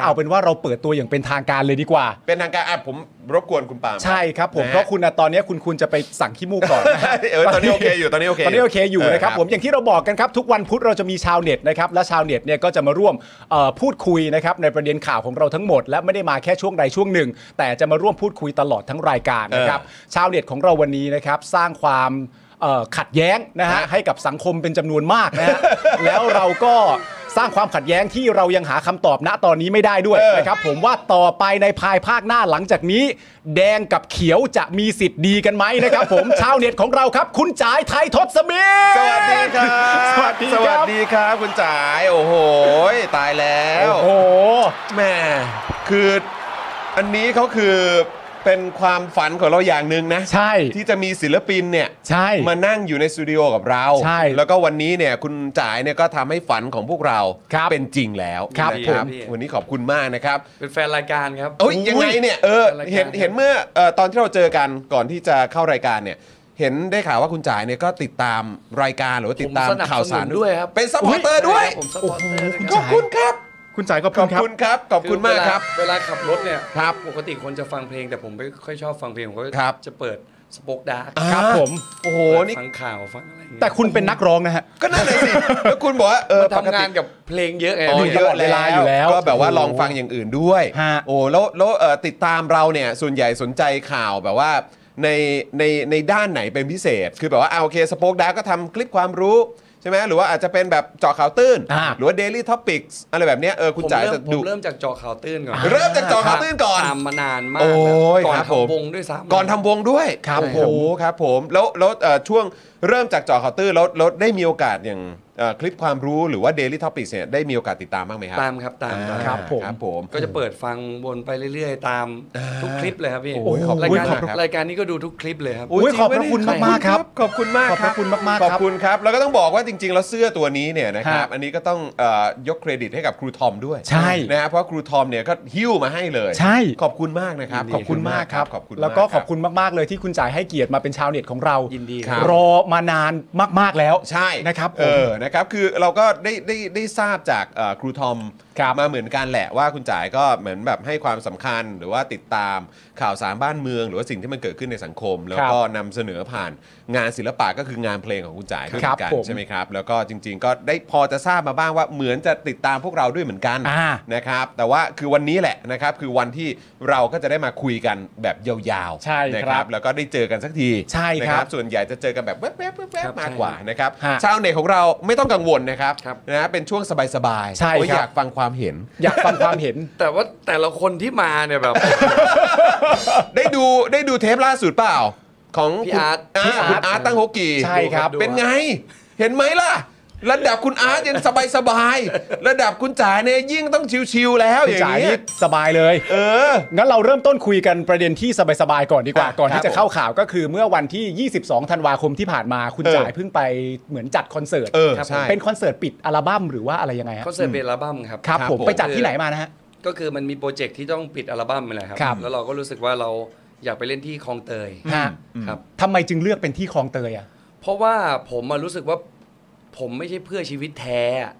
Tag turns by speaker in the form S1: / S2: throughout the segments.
S1: เอาเป็นว่าเราเปิดตัวอย่างเป็นทางการเลยดีกว่า
S2: เป็นทางการอ่ะผมรบกวนคุณปาล์ม
S1: ใช่ครับผม
S2: นะฮะ
S1: เพราะคุณน่ะตอนนี้คุณคุณจะไปสั่งขี้มูกก่อน
S2: เออตอนนี้โอเคอยู่ตอนนี้โอเค
S1: ตอนนี้โอเคอยู่นะครับผมอย่างที่เราบอกกันครับ ทุกวันพุธเราจะมีชาวเน็ตนะครับและชาวเน็ตเนี่ยก็จะมาร่วมเอ่อพูดคุยนะครับในประเด็นข่าวของเราทั้งหมด และไม่ได้มาแค่ช่วงใดช่วงหนึ่ง แต่จะมาร่วมพูดคุยตลอดทั้งรายการนะครับชาวเน็ตของเราวันนี้นะครับสร้างความเอ่อขัดแย้งนะฮะให้กับสังคมเป็นจำนวนมากนะ ฮะ แล้วเราก็สร้างความขัดแย้งที่เรายังหาคำตอบณตอนนี้ไม่ได้ด้วยนะครับผมว่าต่อไปในภายภาคหน้าหลังจากนี้ แดงกับเขียวจะมีสิทธิ์ดีกันไหมนะครับ ผม ชาวเน็ตของเราครับ คุณจ๋ายไทยทศมิตร
S2: สวัสดีครับ
S1: สวัสดี
S2: ส
S1: ค
S2: วัส
S1: รับ
S2: ดีครับคุณจ๋ายโอ้โหตายแล้ว
S1: โอ้โห
S2: แหม่คืออันนี้เขาคือเป็นความฝันของเราอย่างหนึ่งนะ
S1: ใช่
S2: ที่จะมีศิลปินเนี่ย
S1: ใช่
S2: มานั่งอยู่ในสตูดิโอกับเรา
S1: ใช่
S2: แล้วก็วันนี้เนี่ยคุณจ๋ายเนี่ยก็ทำให้ฝันของพวกเรา
S1: ครับ
S2: เป็นจริงแล้ว
S1: ครับ
S2: นะ
S1: ผม
S2: วันนี้ขอบคุณมากนะครับ
S3: เป็นแฟนรายการครับ
S2: เอ้ยยังไงเนี่ยเออ
S3: รายการ
S2: เห็น
S3: ครับ
S2: เห็นเมื่อเอ่อตอนที่เราเจอกันก่อนที่จะเข้ารายการเนี่ย เห็นได้ข่าวว่าคุณจ๋ายเนี่ยก็ติดตามรายการหรือว่าติดตาม
S3: ผสนับ
S2: ข่าวสาร
S3: นุนด้วยครับ
S2: เป็นซัพพอร์เตอร์ด้วย
S3: ผมซัพพอร์ตเตอร์
S2: ขอบคุณครับ
S1: คุณจ๋ายก็
S2: ขอบคุณครับขอบคุณมากครับ
S3: เวลาขับรถเนี่ย
S2: ครับ
S3: ปกติคนจะฟังเพลงแต่ผมไม่ค่อยชอบฟังเพลง ผมก็
S2: ครับ
S3: จะเปิดสป็อกดาร์ก
S1: ครับผม
S2: โอ้โหนี่
S3: ฟังข่าวฟังอะไรอย่างเงี้ย
S1: แต่คุณเป็นนักร้องนะฮะ
S2: ก็นั่น เลยสิแล้วคุณบอกว่าเออ
S3: มัน
S2: ปก
S3: ทำงา
S2: ติ
S3: นกับเพลงเยอะไง
S2: อ๋อ
S1: อยู่
S2: เย
S1: ตลอ
S2: อะ
S1: ดเวลาอยู่แล้ว
S2: ก็แบบว่าลองฟังอย่างอื่นด้วย
S1: ฮะ
S2: โอ้แล้วแล้วเอ่อติดตามเราเนี่ยส่วนใหญ่สนใจข่าวแบบว่าในในในด้านไหนเป็นพิเศษ คือแบบว่าเอาโอเคสป็อกดาก็ทำคลิปความรู้ใช่ไหมหรือว่าอาจจะเป็นแบบเจาะข่าวตื้น
S1: อ่า
S2: หรือว่า Daily Topics อะไรแบบเนี้ยเออคุณ
S3: ผม
S2: จ๋า
S3: เริ่
S2: จะ
S3: มผ
S2: ดู
S3: มเริ่มจากจอข่าวตื้นก่อน
S2: เริ่มจากจอข่าวตื้นก่อน
S3: ตามมานานมาก
S2: โอ้ย
S3: แล้วก่อน
S2: ครับผม
S3: ทำวงด้วยซ้ำ
S2: ก่อนทำวงด้วย
S1: ครับ
S2: โอ้โห
S1: ผม
S2: ครับผมแล้วแล้วเอ่อช่วงเริ่มจากเจาะข่าวตื้นแล้วแล้วได้มีโอกาสอย่างเอ่อคลิปความรู้หรือว่า Daily Topics เนี่ยได้มีโอกาสติดตามบ้างไหมครับ
S3: ตามครับตามตาม
S1: ครับ ผม
S2: ครับผม
S3: ก็จะเปิดฟังวนไปเรื่อยๆ ตามทุกคลิปเลยครับพี่
S2: โอ้ยขอบคุณ
S3: รายกา
S2: มา
S3: ร
S2: กครับ
S3: รายการนี้ก็ดูทุกคลิปเลยครับ
S1: โอ้ย ขบพระคุณมากๆครับ
S2: ขอบคุณมาก
S1: ขอบพระคุณมากๆ
S2: ข
S1: ครั
S2: อ
S1: บบ
S2: คุณครับ แล้วก็ต้องบอกว่าจริง ๆ แล้วเสื้อตัวนี้เนี่ยนะครับ
S1: ฮะ
S2: อันนี้ก็ต้องเอ่อยกเครดิตให้กับครูทอมด้วย
S1: ใช่
S2: นะฮะเพราะครูทอมเนี่ยก็หิ้วมาให้เลย
S1: ใช่
S2: ขอบคุณมากนะครับ
S3: ยินดี
S1: ขอบคุณมากครับ
S2: ขอบคุณมา
S1: แล้วก็
S2: รั
S1: ขอบคุณมากๆเลยที่คุณจ๋ายให้เกียรติมาเป็นชาวเน็ตของเรา
S3: ยินดี
S2: ค
S3: ค
S2: รั
S3: รับ บ
S1: รอมานานมากๆแล้ว
S2: ใช่
S1: นะครับผ
S2: เอ
S1: ม
S2: อนะครับคือเราก็ได้ได้ได้ทราบจากเอ่อครูทอม
S1: ครับ
S2: มาเหมือนกันแหละว่าคุณจ๋ายก็เหมือนแบบให้ความสำคัญหรือว่าติดตามข่าวสารบ้านเมือง หรือว่าสิ่งที่มันเกิดขึ้นในสังคม แล้วก็นำเสนอผ่านงานศิลปะก็คืองานเพลงของคุณจ๋ายด้วยเหมือน
S1: ค
S2: กัน
S1: รับผม
S2: ใช่ไหมครับ แล้วก็จริง ๆ ก็ได้พอจะทราบมาบ้างว่าเหมือนจะติดตามพวกเราด้วยเหมือนกัน
S1: อ่า
S2: นะครับ แต่ว่าคือวันนี้แหละนะครับคือวันที่เราก็จะได้มาคุยกันแบบยาวๆ
S1: ใช่
S2: นะครับ แล้วก็ได้เจอกันสักที
S1: ใช่ครับ
S2: นะส่วนใหญ่จะเจอกันแบบแวบๆแว
S3: ครับ บ
S2: ๆมาก
S3: ใช่
S2: กว่า นะครับ
S1: ฮะ
S2: ชาวเน็ตของเราไม่ต้องกังวลนะครับ
S3: ครับ
S2: นะฮะเป็นช่วงสบายๆ
S1: ใช่
S2: โอ้ย
S1: ครับ
S2: อยากฟังความเห็น
S1: อยากฟังความเห็น
S3: แต่ว่าแต่ละคนที่มาเนี่ยแบบ
S2: ได้ดูได้ดูเทปล่าสุดเปล่า ของ
S3: พี่
S2: คุณ
S3: อาร์ต
S2: อ่า
S3: พี่อาร์ต
S2: คุณอาร์ตตั้งโฮกี
S1: ใช่ครับ
S2: เป็นไง เห็นไหมล่ะ ระดับคุณอาร์ตยังสบายๆ ระดับคุณจ๋าเนี่ยยิ่งต้องชิวๆแล้ว
S1: คุณ
S2: อย่า
S1: จ๋างย
S2: นี้
S1: นี่
S2: ย
S1: สบายเลย
S2: เออ
S1: งั้นเราเริ่มต้นคุยกันประเด็นที่สบายๆก่อนดีกว่า
S2: อ่ะ
S1: ก่อน
S2: ครับ
S1: ที่จะเข้าข่าวก็คือเมื่อวันที่ 22 ธันวาคมที่ผ่านมาคุณ
S2: เออ
S1: จ่ายเพิ่งไปเหมือนจัดคอนเสิร์ต
S2: เออ
S3: ครับ
S2: ใช่
S1: เป็นคอนเสิร์ตปิดอัลบั้มหรือว่าอะไรยังไงฮะ
S3: คอนเสิร์ตเป็นอัลบั้มครับ
S1: ครับผม
S2: ผม
S1: ไปจัดที่ไหนมานะฮะ
S3: ก็คือมันมีโปรเจกต์ที่ต้องปิดอัลบั้มนี่แหละครับ
S1: ครับ
S3: แล้วเราก็รู้สึกว่าเราอยากไปเล่นที่คลองเตย
S1: ฮะ
S3: ครับ
S1: ทำไมจึงเลือกเป็นที่คลองเตยอ่ะ
S3: เพราะว่าผมมารู้สึกว่าผมไม่ใช่เพื่อชีวิตแท้อะ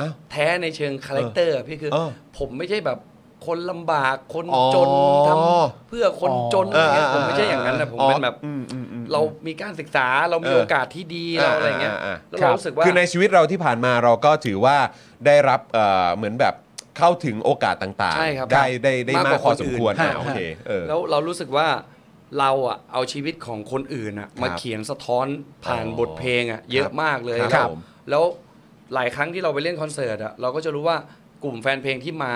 S2: อ้าว
S3: แท้ในเชิงคาแรคเตอร์อะพี่คือ
S2: เออ
S3: ผมไม่ใช่แบบคนลำบากคน
S2: อ๋อ
S3: จนทำเพื่อคนจน
S2: เอ
S3: อะ
S2: อ
S3: ไรเงี้ยผมไม่ใช่อย่างนั้นนะผมเป็นแบบ
S2: อืมอืมอืม
S3: เรามีการศึกษาเรามี
S2: เออ
S3: โอกาสที่ดีเราอะไรเงี้ย
S2: อ่าอ่าอ่า
S3: แล้ว
S1: ครั
S3: เรา
S1: บ
S3: รู้สึกว่า
S2: คือในชีวิตเราที่ผ่านมาเราก็ถือว่าได้รับเอ่อเหมือนแบบเข้าถึงโอกาสต่าง
S3: ใช่ครับ
S2: ๆ ได้ได้ได้มาม
S3: าก ก
S2: พอ
S3: กว่าคน
S2: ส
S3: อื่
S2: ม
S3: น
S2: ควรอ่ะ
S1: ฮะ
S2: โอเคเออ
S3: แล้วเรารู้สึกว่าเราอ่ะเอาชีวิตของคนอื่นอ่ะมาเขียนสะท้อนผ่าน
S2: อ๋อบ
S3: ทเพลงอ่ะเยอะมากเลย
S2: ครับผ
S3: แล้ว
S2: ม
S3: แล้วหลายครั้งที่เราไปเล่นคอนเสิร์ตอ่ะเราก็จะรู้ว่ากลุ่มแฟนเพลงที่มา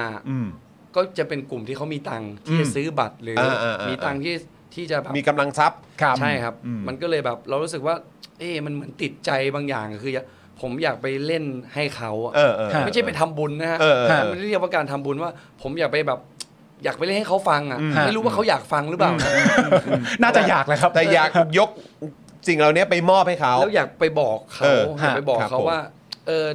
S3: ก็จะเป็นกลุ่มที่เขามีตังค์ที่จะซื้อบัตรหรืออา
S2: อ่าอ่ามี
S3: มีตังค์ที่ที่จะแบบ
S2: มีกำลังทรัพย์
S1: ครับ
S3: ใช่ครับ มันก็เลยแบบเรารู้สึกว่า เอ๊ะมันเหมือนติดใจบางอย่างคืออยากผมอยากไปเล่นให้เขาอ่ะ
S2: เออเออ
S3: ไม่ใช่ไปทำบุญนะฮะ
S2: เออเออ
S1: ฮะ
S3: ไม่ได้เรียกว่าการทำบุญว่า ผมอยากไปแบบ อยากไปเล่นให้เขาฟังอ่ะ
S2: อืม
S3: ไม่รู้ว่าเขาอยากฟังหรือเปล่านะ
S1: น่าจะอยากเลยครับ
S2: แต่อยากยกสิ่งเหล่านี้ไปมอบให้เขา
S3: แล้วอยากไปบอก
S2: เอ
S3: เขา
S2: อ
S3: อยากไปบอก
S2: ครับ
S3: เขา
S2: ผม
S3: ว่าเออ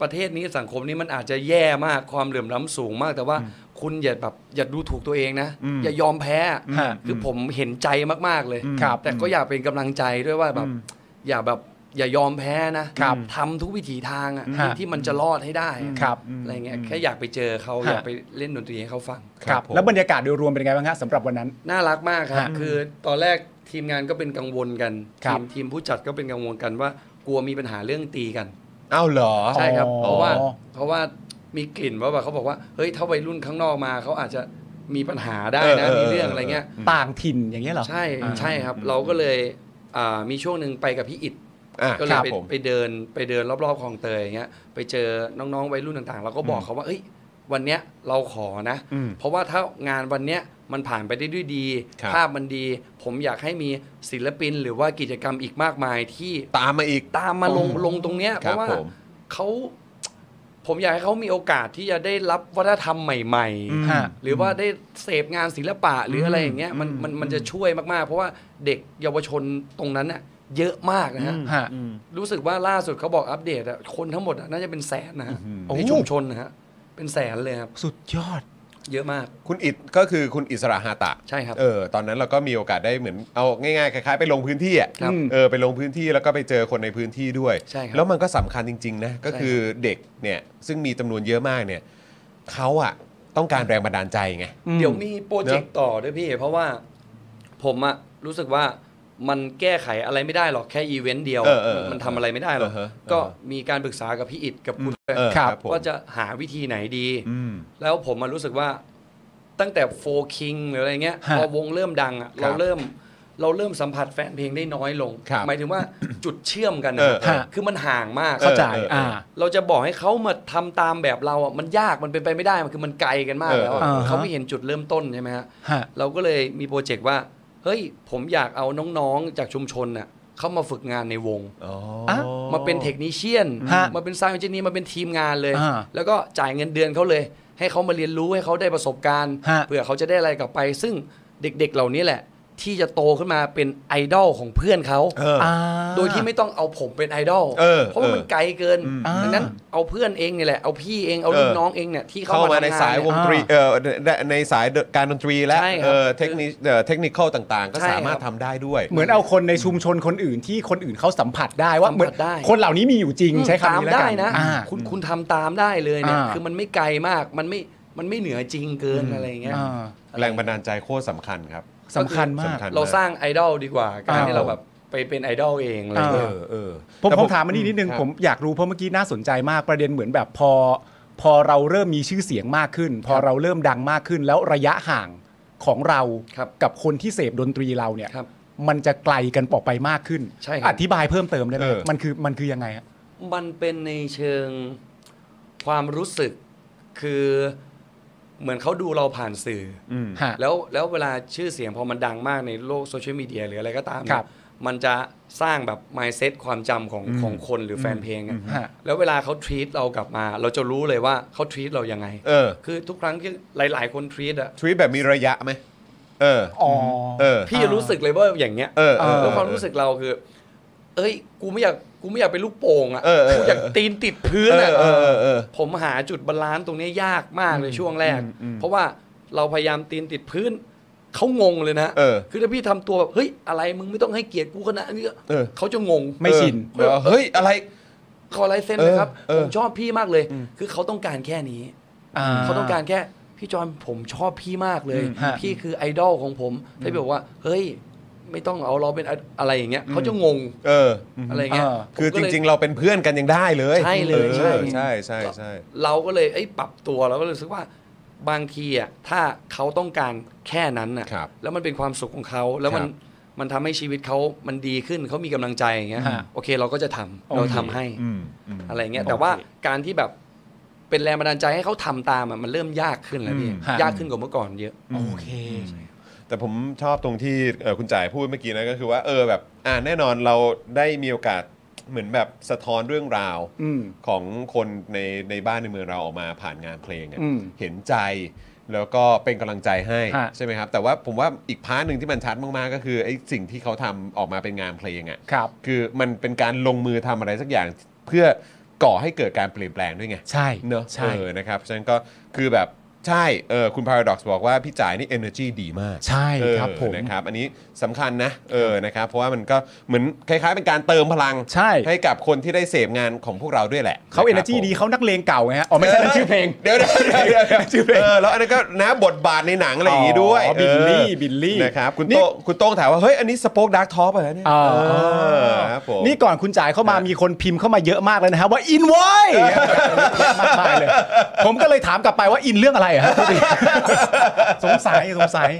S3: ประเทศนี้สังคมนี้มันอาจจะแย่มากความเหลื่อมล้ำสูงมาก แต่ว่าคุณอย่าแบบอย่าดูถูกตัวเองนะ อย่ายอมแพ้อะ
S1: ฮะ
S3: คือผมเห็นใจมากๆเลย
S1: ครับ
S3: แต่ก็อยากเป็นกำลังใจด้วยว่าแบบ อย่าแบบ อย่ายอมแพ้นะครับ ทำทุกวิถีทางอะ
S1: ฮะ
S3: ที่มันจะรอดให้ได้อะ
S1: ครับ
S3: อะไรเงี้ยแค่อยากไปเจอเขา
S1: ฮะ
S3: อยากไปเล่นดนตรีให้เขาฟัง
S1: ครับ
S2: ผม
S1: แล้วบรรยากาศโดยรวมเป็นยังไงบ้างฮะสำหรับวันนั้น
S3: น่ารักมากครับ
S1: ฮะ
S3: คือตอนแรกทีมงานก็เป็นกังวลกัน
S1: ครั
S3: ที
S1: บ
S3: มทีมผู้จัดก็เป็นกังวลกันว่ากลัวมีปัญหาเรื่องตีกัน
S2: อ้าวเหรอ
S3: ใช่ครับ
S1: อ๋อ
S3: เพราะว่าเพราะว่ามีกลิ่นว่าแบบเขาบอกว่าเฮ้ยถ้าวัยรุ่นข้างนอกมาเขาอาจจะมีปัญหาได้นะ
S2: เออเออ
S3: มีเรื่อง
S2: เอออ
S3: อะไรเงี้ย
S1: ต่างถิ่นอย่างเงี้ยเหรอ
S3: ใช่ใช่ครับ เราก็เลยอ่ามีช่วงหนึ่งไปกับพี่อิด
S2: อ่ะ
S3: ก็
S2: ค
S3: เลย
S2: รับ
S3: ไป
S2: ผม
S3: ไปเดินไปเดินรอบๆคลองเตยอย่างเงี้ยไปเจอน้องๆวัยรุ่นต่างๆ เราก็บอกเขาว่าเอ้ยวันเนี้ยเราขอนะ
S2: อืม
S3: เพราะว่าถ้างานวันเนี้ยมันผ่านไปได้ด้วยดี
S2: ครับ
S3: ภาพมันดี ผมอยากให้มีศิลปินหรือว่ากิจกรรมอีกมากมายที่
S2: ตามมาอีก
S3: ตามมาลง
S2: อืม
S3: ลงตรงเนี้ย
S2: ค
S3: เพ
S2: รับ
S3: ราะว่า
S2: ผม
S3: เขาผมอยากให้เขามีโอกาสที่จะได้รับวัฒนธรรมใหม่
S2: อืม
S1: ฮะ
S3: หรือว่าได้เสพงานศิลปะหรืออะไรอย่างเงี้ยมันมันมันจะช่วยมากๆ เพราะว่าเด็กเยาวชนตรงนั้นน่ะเยอะมากนะฮะ
S1: ฮะ
S3: รู้สึกว่าล่าสุดเขาบอกอัปเดตอะคนทั้งหมดอะน่าจะเป็นแสนนะฮะ
S2: อืม
S3: ใน
S1: โอ้
S3: ชุมชนนะฮะเป็นแสนเลยครับ
S1: สุดยอด
S3: เยอะมาก
S2: คุณอิดก็คือคุณอิสระฮาตะ
S3: ใช่ครับ
S2: เออ ตอนนั้นเราก็มีโอกาสได้เหมือนเอาง่ายๆคล้ายๆไปลงพื้นที่อ่ะ
S3: ครับ
S2: เออไปลงพื้นที่แล้วก็ไปเจอคนในพื้นที่ด้วย
S3: ใช่ครับ
S2: แล้วมันก็สำคัญจริงๆนะก็
S3: ใช่ครับ
S2: คือเด็กเนี่ยซึ่งมีจำนวนเยอะมากเนี่ยเขาอ่ะต้องการแรงบันดาลใจไง
S3: เดี๋ยวมีโปรเจกต์ต่อด้วยพี่ เพราะว่าผมอะรู้สึกว่ามันแก้ไขอะไรไม่ได้หรอกแค่อีเวนต์เดียว
S2: เออเออเออ
S3: มันทำอะไรไม่ได้หรอ
S2: เอ
S3: ก
S2: อฮะเออฮะ
S3: ก็มีการปรึกษากับพี่อิดกับคุณด้วย
S2: เออ
S1: ครับ
S2: ผม
S3: ว่าจะหาวิธีไหนดี
S2: อืม
S3: แล้วผมมารู้สึกว่าตั้งแต่โฟคิงหรืออะไรเงี้ย
S1: ฮะ
S3: พอวงเริ่มดังอะ
S2: ครั
S3: เรา
S2: บ
S3: เริ่มเราเริ่มสัมผัสแฟนเพลงได้น้อยลง
S2: ครับ
S3: หมายถึงว่า จุดเชื่อมกัน
S2: เออ
S3: นะ
S2: เออ
S3: คือมันห่างมาก
S1: เข้าใจ
S2: เออเออ
S1: อ่า
S3: เราจะบอกให้เขามาทำตามแบบเราอ่ะมันยากมันเป็นไปไม่ได้มันคือมันไกลกันมากแล้วอะ
S1: เออเออ
S3: เขาไม่เห็นจุดเริ่มต้นใช่ไหมฮะ
S1: ฮะ
S3: เราก็เลยมีโปรเจกต์ว่า เฮ้ย ผมอยากเอาน้องๆ จากชุมชนน่ะเข้ามาฝึกงานในวง
S2: อ๋อ
S1: อ่ะ
S3: มาเป็นเทคนิชเชียน
S1: ฮะ
S3: มาเป็นซาวด์เอนจิเนียร์มาเป็นทีมงานเลย
S1: อ่า
S3: แล้วก็จ่ายเงินเดือนเขาเลย ให้เขามาเรียนรู้ให้เขาได้ประสบการณ์
S1: ฮะ
S3: เผื่อเขาจะได้อะไรกลับไป ซึ่งเด็กๆเหล่านี้แหละ ที่จะโตขึ้นมาเป็นไอดอลของเพื่อนเขา
S2: เออ
S1: อ่า
S3: โดยที่ไม่ต้องเอาผมเป็นไอดอล
S2: เออ
S3: เพราะว่ามันไกลเกิน
S2: อืม
S3: ดังนั้นเอาเพื่อนเองนี่แหละเอาพี่เองเอารุ่นน้องเองเนี่ยที่
S2: เข้า
S3: เข้า
S2: มา
S3: มา
S2: ใน
S3: ทำงาน
S2: สายวง
S3: เนี่ย
S2: ดนตรีเออในสายการดนตรีและ
S3: ใช่ครับ
S2: เออเทคนิคเอ่อเทคนิคต่างๆ ก็
S3: ใช่
S2: สา
S3: ครับ
S2: มารถทำได้ด้วย
S1: เหมือนเอาคนในชุมชนคนอื่นที่คนอื่นเขาสัมผัสได้ว่า
S3: สัมผัส
S1: เหมือน
S3: ได้
S1: คนเหล่านี้มีอยู่จริงใช้คำ
S3: ตาม
S1: นี้แล้ว
S3: ได้
S1: กัน
S3: นะ
S1: อ่า
S3: คุณคุณทำตามได้เลยเนี่ย
S1: อ่า
S3: คือมันไม่ไกลมากมันไม่มันไม่เหนือจริงเกินอะไรอย่างเงี้ย
S1: อ่า
S2: แรงบันดาลใจโคตรสำคัญครับ
S1: สำคัญมาก
S2: สำคัญ
S3: เราสร้างไอดอลดีกว่า การ
S1: อ่า
S3: ที่เราแบบไปเป็นไอดอลเองอะไร
S2: เอ
S3: เงี้ย
S1: า
S2: อเออ
S1: ผม
S2: แต่
S1: ผมถามอันนี้นิดนึง
S2: ครับ
S1: ผมอยากรู้เพราะเมื่อกี้น่าสนใจมากประเด็นเหมือนแบบพอ พอเราเริ่มมีชื่อเสียงมากขึ้น พอเราเริ่มดังมากขึ้น แล้วระยะห่างของเรา
S3: ครับ
S1: กับคนที่เสพดนตรีเราเนี่ย
S3: ครับ
S1: มันจะไกลกันออกไปมากขึ้น
S3: ใช่ครับ
S1: อธิบายเพิ่มเติมได้ไหม
S2: เออ
S1: มันคือมันคือยังไงฮะ
S3: มันเป็นในเชิงความรู้สึกคือเหมือนเขาดูเราผ่านสื่ออ
S2: อืม
S1: ฮะ
S3: แล้วแล้วเวลาชื่อเสียงพอมันดังมากในโลกโซเชียลมีเดียหรืออะไรก็ตาม
S1: ครับ
S3: เนี่ยมันจะสร้างแบบ mindset ความจำของของคนหรือแฟนเพลงอะ
S1: ฮะ
S3: แล้วเวลาเขา treat เรากลับมา เราจะรู้เลยว่าเขา treat เรายังไง
S2: เออ
S3: คือทุกครั้งที่หลาย ๆ คนทวีตอ่ะ
S2: ทวีตแบบมีระยะไหมเออ
S1: อ๋อ
S2: เออ
S3: พี่รู้สึกเลยว่าอย่างเงี้ย
S2: เออเออ
S3: แล้วความรู้สึกเราคือ เอ้ย กูไม่อยากกูไม่อยากเป็นลูกโป่งอ่ะ
S2: เออเออ
S3: กูอยากตีนติดพื้น
S2: เอ
S3: อ่ะ
S2: อเออเออเออ
S3: ผมหาจุดบาลานซ์ตรงเนี้ยยากมากเลยช่วงแรก เพราะว่าเราพยายามตีนติดพื้นเขางงเลยนะ
S2: เออ
S3: คือถ้าพี่ทำตัวแบบเฮ้ยอะไรมึงไม่ต้องให้เกียรติกูขนาดนี้
S2: เออ
S3: เขาจะงง
S1: ไม่ชิน
S2: เออเฮ้ย อะไร
S3: ขอลายเซ็นเลยครับ
S2: เออเออ
S3: ผมชอบพี่มากเลย คือเขาต้องการแค่นี้
S1: อ่
S3: เขาต้องการแค่พี่จอนผมชอบพี่มากเลย
S1: อืมฮะ
S3: พี่คือไอดอลของผมแต่พี่บอกว่า เฮ้ย ไม่ต้องเอาเราเป็นอะอะไรอย่างเงี้ยเขาจะงง
S2: เออ
S3: อะไรเงี้ย
S1: เออ
S2: คือจริง ๆ เราเป็นเพื่อนกันยังได้เลย
S3: ๆใช่เลย
S2: ออ
S3: ใช่
S2: ใช่ใช่ใช่
S3: เราก็เลยไอ้ยปรับตัวเราก็เลยรู้สึกว่าบางทีอ่ะถ้าเขาต้องการแค่นั้นอ่ะ
S2: ครับ
S3: แล้วมันเป็นความสุขของเขาแล้วมัน
S2: ครับ
S3: มันทำให้ชีวิตเขามันดีขึ้นเขามีกำลังใจอย่างเงี้ย
S1: ฮะ
S3: โอเคเราก็จะทำเราทำให้
S2: อืมอืม
S3: อะไรเงี้ยแต่ว่าการที่แบบเป็นแรงบันดาลใจให้เขาทำตามอะมันเริ่มยากขึ้นแล้วพี่
S2: อืม
S1: ฮะ
S3: ยากขึ้นกว่าเมื่อก่อนเยอะ
S1: โอเค
S2: แต่ผมชอบตรงที่เอ่อคุณจ่ายพูดเมื่อกี้นะก็คือว่าเออแบบอ่าแน่นอนเราได้มีโอกาสเหมือนแบบสะท้อนเรื่องราว
S1: อืม
S2: ของคนในในบ้านในเมืองเราออกมาผ่านงานเพลงอะ
S1: อืม
S2: เห็นใจแล้วก็เป็นกำลังใจให้
S1: ฮะ
S2: ใช่ไหมครับ แต่ว่าผมว่าอีกพาร์ทหนึ่งที่มันชัดมากๆ ก็คือไอ้สิ่งที่เขาทำออกมาเป็นงานเพลงอ่ะ
S1: ครับ
S2: คือมันเป็นการลงมือทำอะไรสักอย่างเพื่อก่อให้เกิดการเปลี่ยนแปลงด้วยไง
S1: ใช่
S2: เนอะ
S1: ใช่
S2: เออนะครับฉะนั้นก็คือแบบ ใช่เออคุณ Paradox บอกว่าพี่จ่ายนี่ energy ดีมาก
S1: ใช่ครับ
S2: เออ
S1: ผม
S2: นะครับอันนี้สำคัญนะเออนะครับเพราะว่ามันก็เหมือนคล้ายๆ เป็นการเติมพลัง
S1: ใช่
S2: ให้กับคนที่ได้เสพงานของพวกเราด้วยแหละ
S1: เขาเอเนอร์จี
S2: ะครับผม
S1: ดีเขานักเลงเก่าไงฮะอ๋อไม่ใช่นั่นชื่อเพลง
S2: เดี๋ยวเดี๋ยวเดี๋ยวเดี๋ยว
S1: ชื่อเพลง
S2: เออแล้วอันนั้นก็นะบทบาทในหนังอะไรอย่างงี้ด้วย
S1: อ๋อบิลลี่
S2: เออ
S1: บิลลี่
S2: นะครับคุณ
S1: นี่
S2: โต้งคุณโต้งถามว่าเฮ้ยอันนี้สป็อคดักท็อปอะไรอเนี่ย
S1: อ่า
S2: เออครับผม
S1: นี่ก่อนคุณจ่ายเข้ามา
S2: ครับ
S1: มีคนพิมพ์เข้ามาเยอะมากเลยนะฮะว่าอินไว้ยมากมายเลย ผมก็เลยถามกลับไปว่าอินเรื่องอะไรอะฮะ พี่ติ๊กสงสัยสงสัย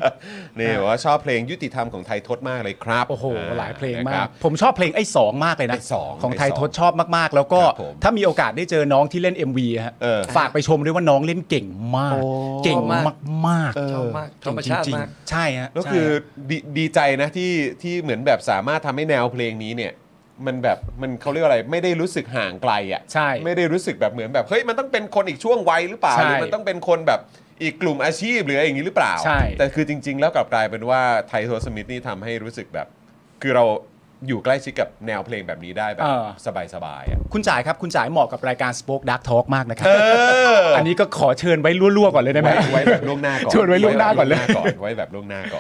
S2: นี่บอกว่าชอบเพลงยุติธรรมของไทยทศมากเลยครับ
S1: โอ้โห
S2: อ่
S1: หลายเพลงมา
S2: นะค
S1: ก
S2: รับ
S1: ผมชอบเพลงไอ้สองมากเลยนะ
S2: ไอ้สอง
S1: ของไทย
S2: ไอ้สอง
S1: ทศชอบมาก ๆ แล้วก็
S2: ครับผม
S1: ถ้ามีโอกาสได้เจอน้องที่เล่น MV ฮะ
S2: เออ
S1: ฝากไปชมด้วยว่าน้องเล่นเก่งมาก เก่งมาก
S3: ชอบมากธรรมชาติ
S1: จง
S3: มาก
S1: ๆใช่ฮะ
S2: แล้วคือดีดีใจนะที่ที่เหมือนแบบสามารถทำให้แนวเพลงนี้เนี่ย มันแบบมันเขาเรียกว่าอะไรไม่ได้รู้สึกห่างไกลอ่ะ
S1: ใช่
S2: ไม่ได้รู้สึกแบบเหมือนแบบเฮ้ยมันต้องเป็นคนอีกช่วงวัยหรือเปล่า
S1: ใช่
S2: หรือมันต้องเป็นคนแบบอีกกลุ่มอาชีพหรืออะไรอย่างนี้หรือเปล่า
S1: ใช่
S2: แต่คือจริง ๆ แล้วกลับกลายเป็นว่าไทโทสมิธนี่ทำให้รู้สึกแบบ คือเราอยู่ใกล้ชิดกับแนวเพลงแบบนี้ได้แบบ
S1: เออ
S2: สบายๆอ่ะ
S1: คุณจ่ายครับ คุณจ่ายเหมาะกับรายการ Spoke Dark Talk มากนะครับ
S2: เออ
S1: อันนี้ก็ขอเชิญไว้ล่วๆก่อนเลยได้ไหม
S2: ไว้ไว้แบบล่วงหน้าก่อน
S1: ชวนไว้ล่วงหน้าก่อนเลย
S2: ไว้แบบล่วงหน้าก่อน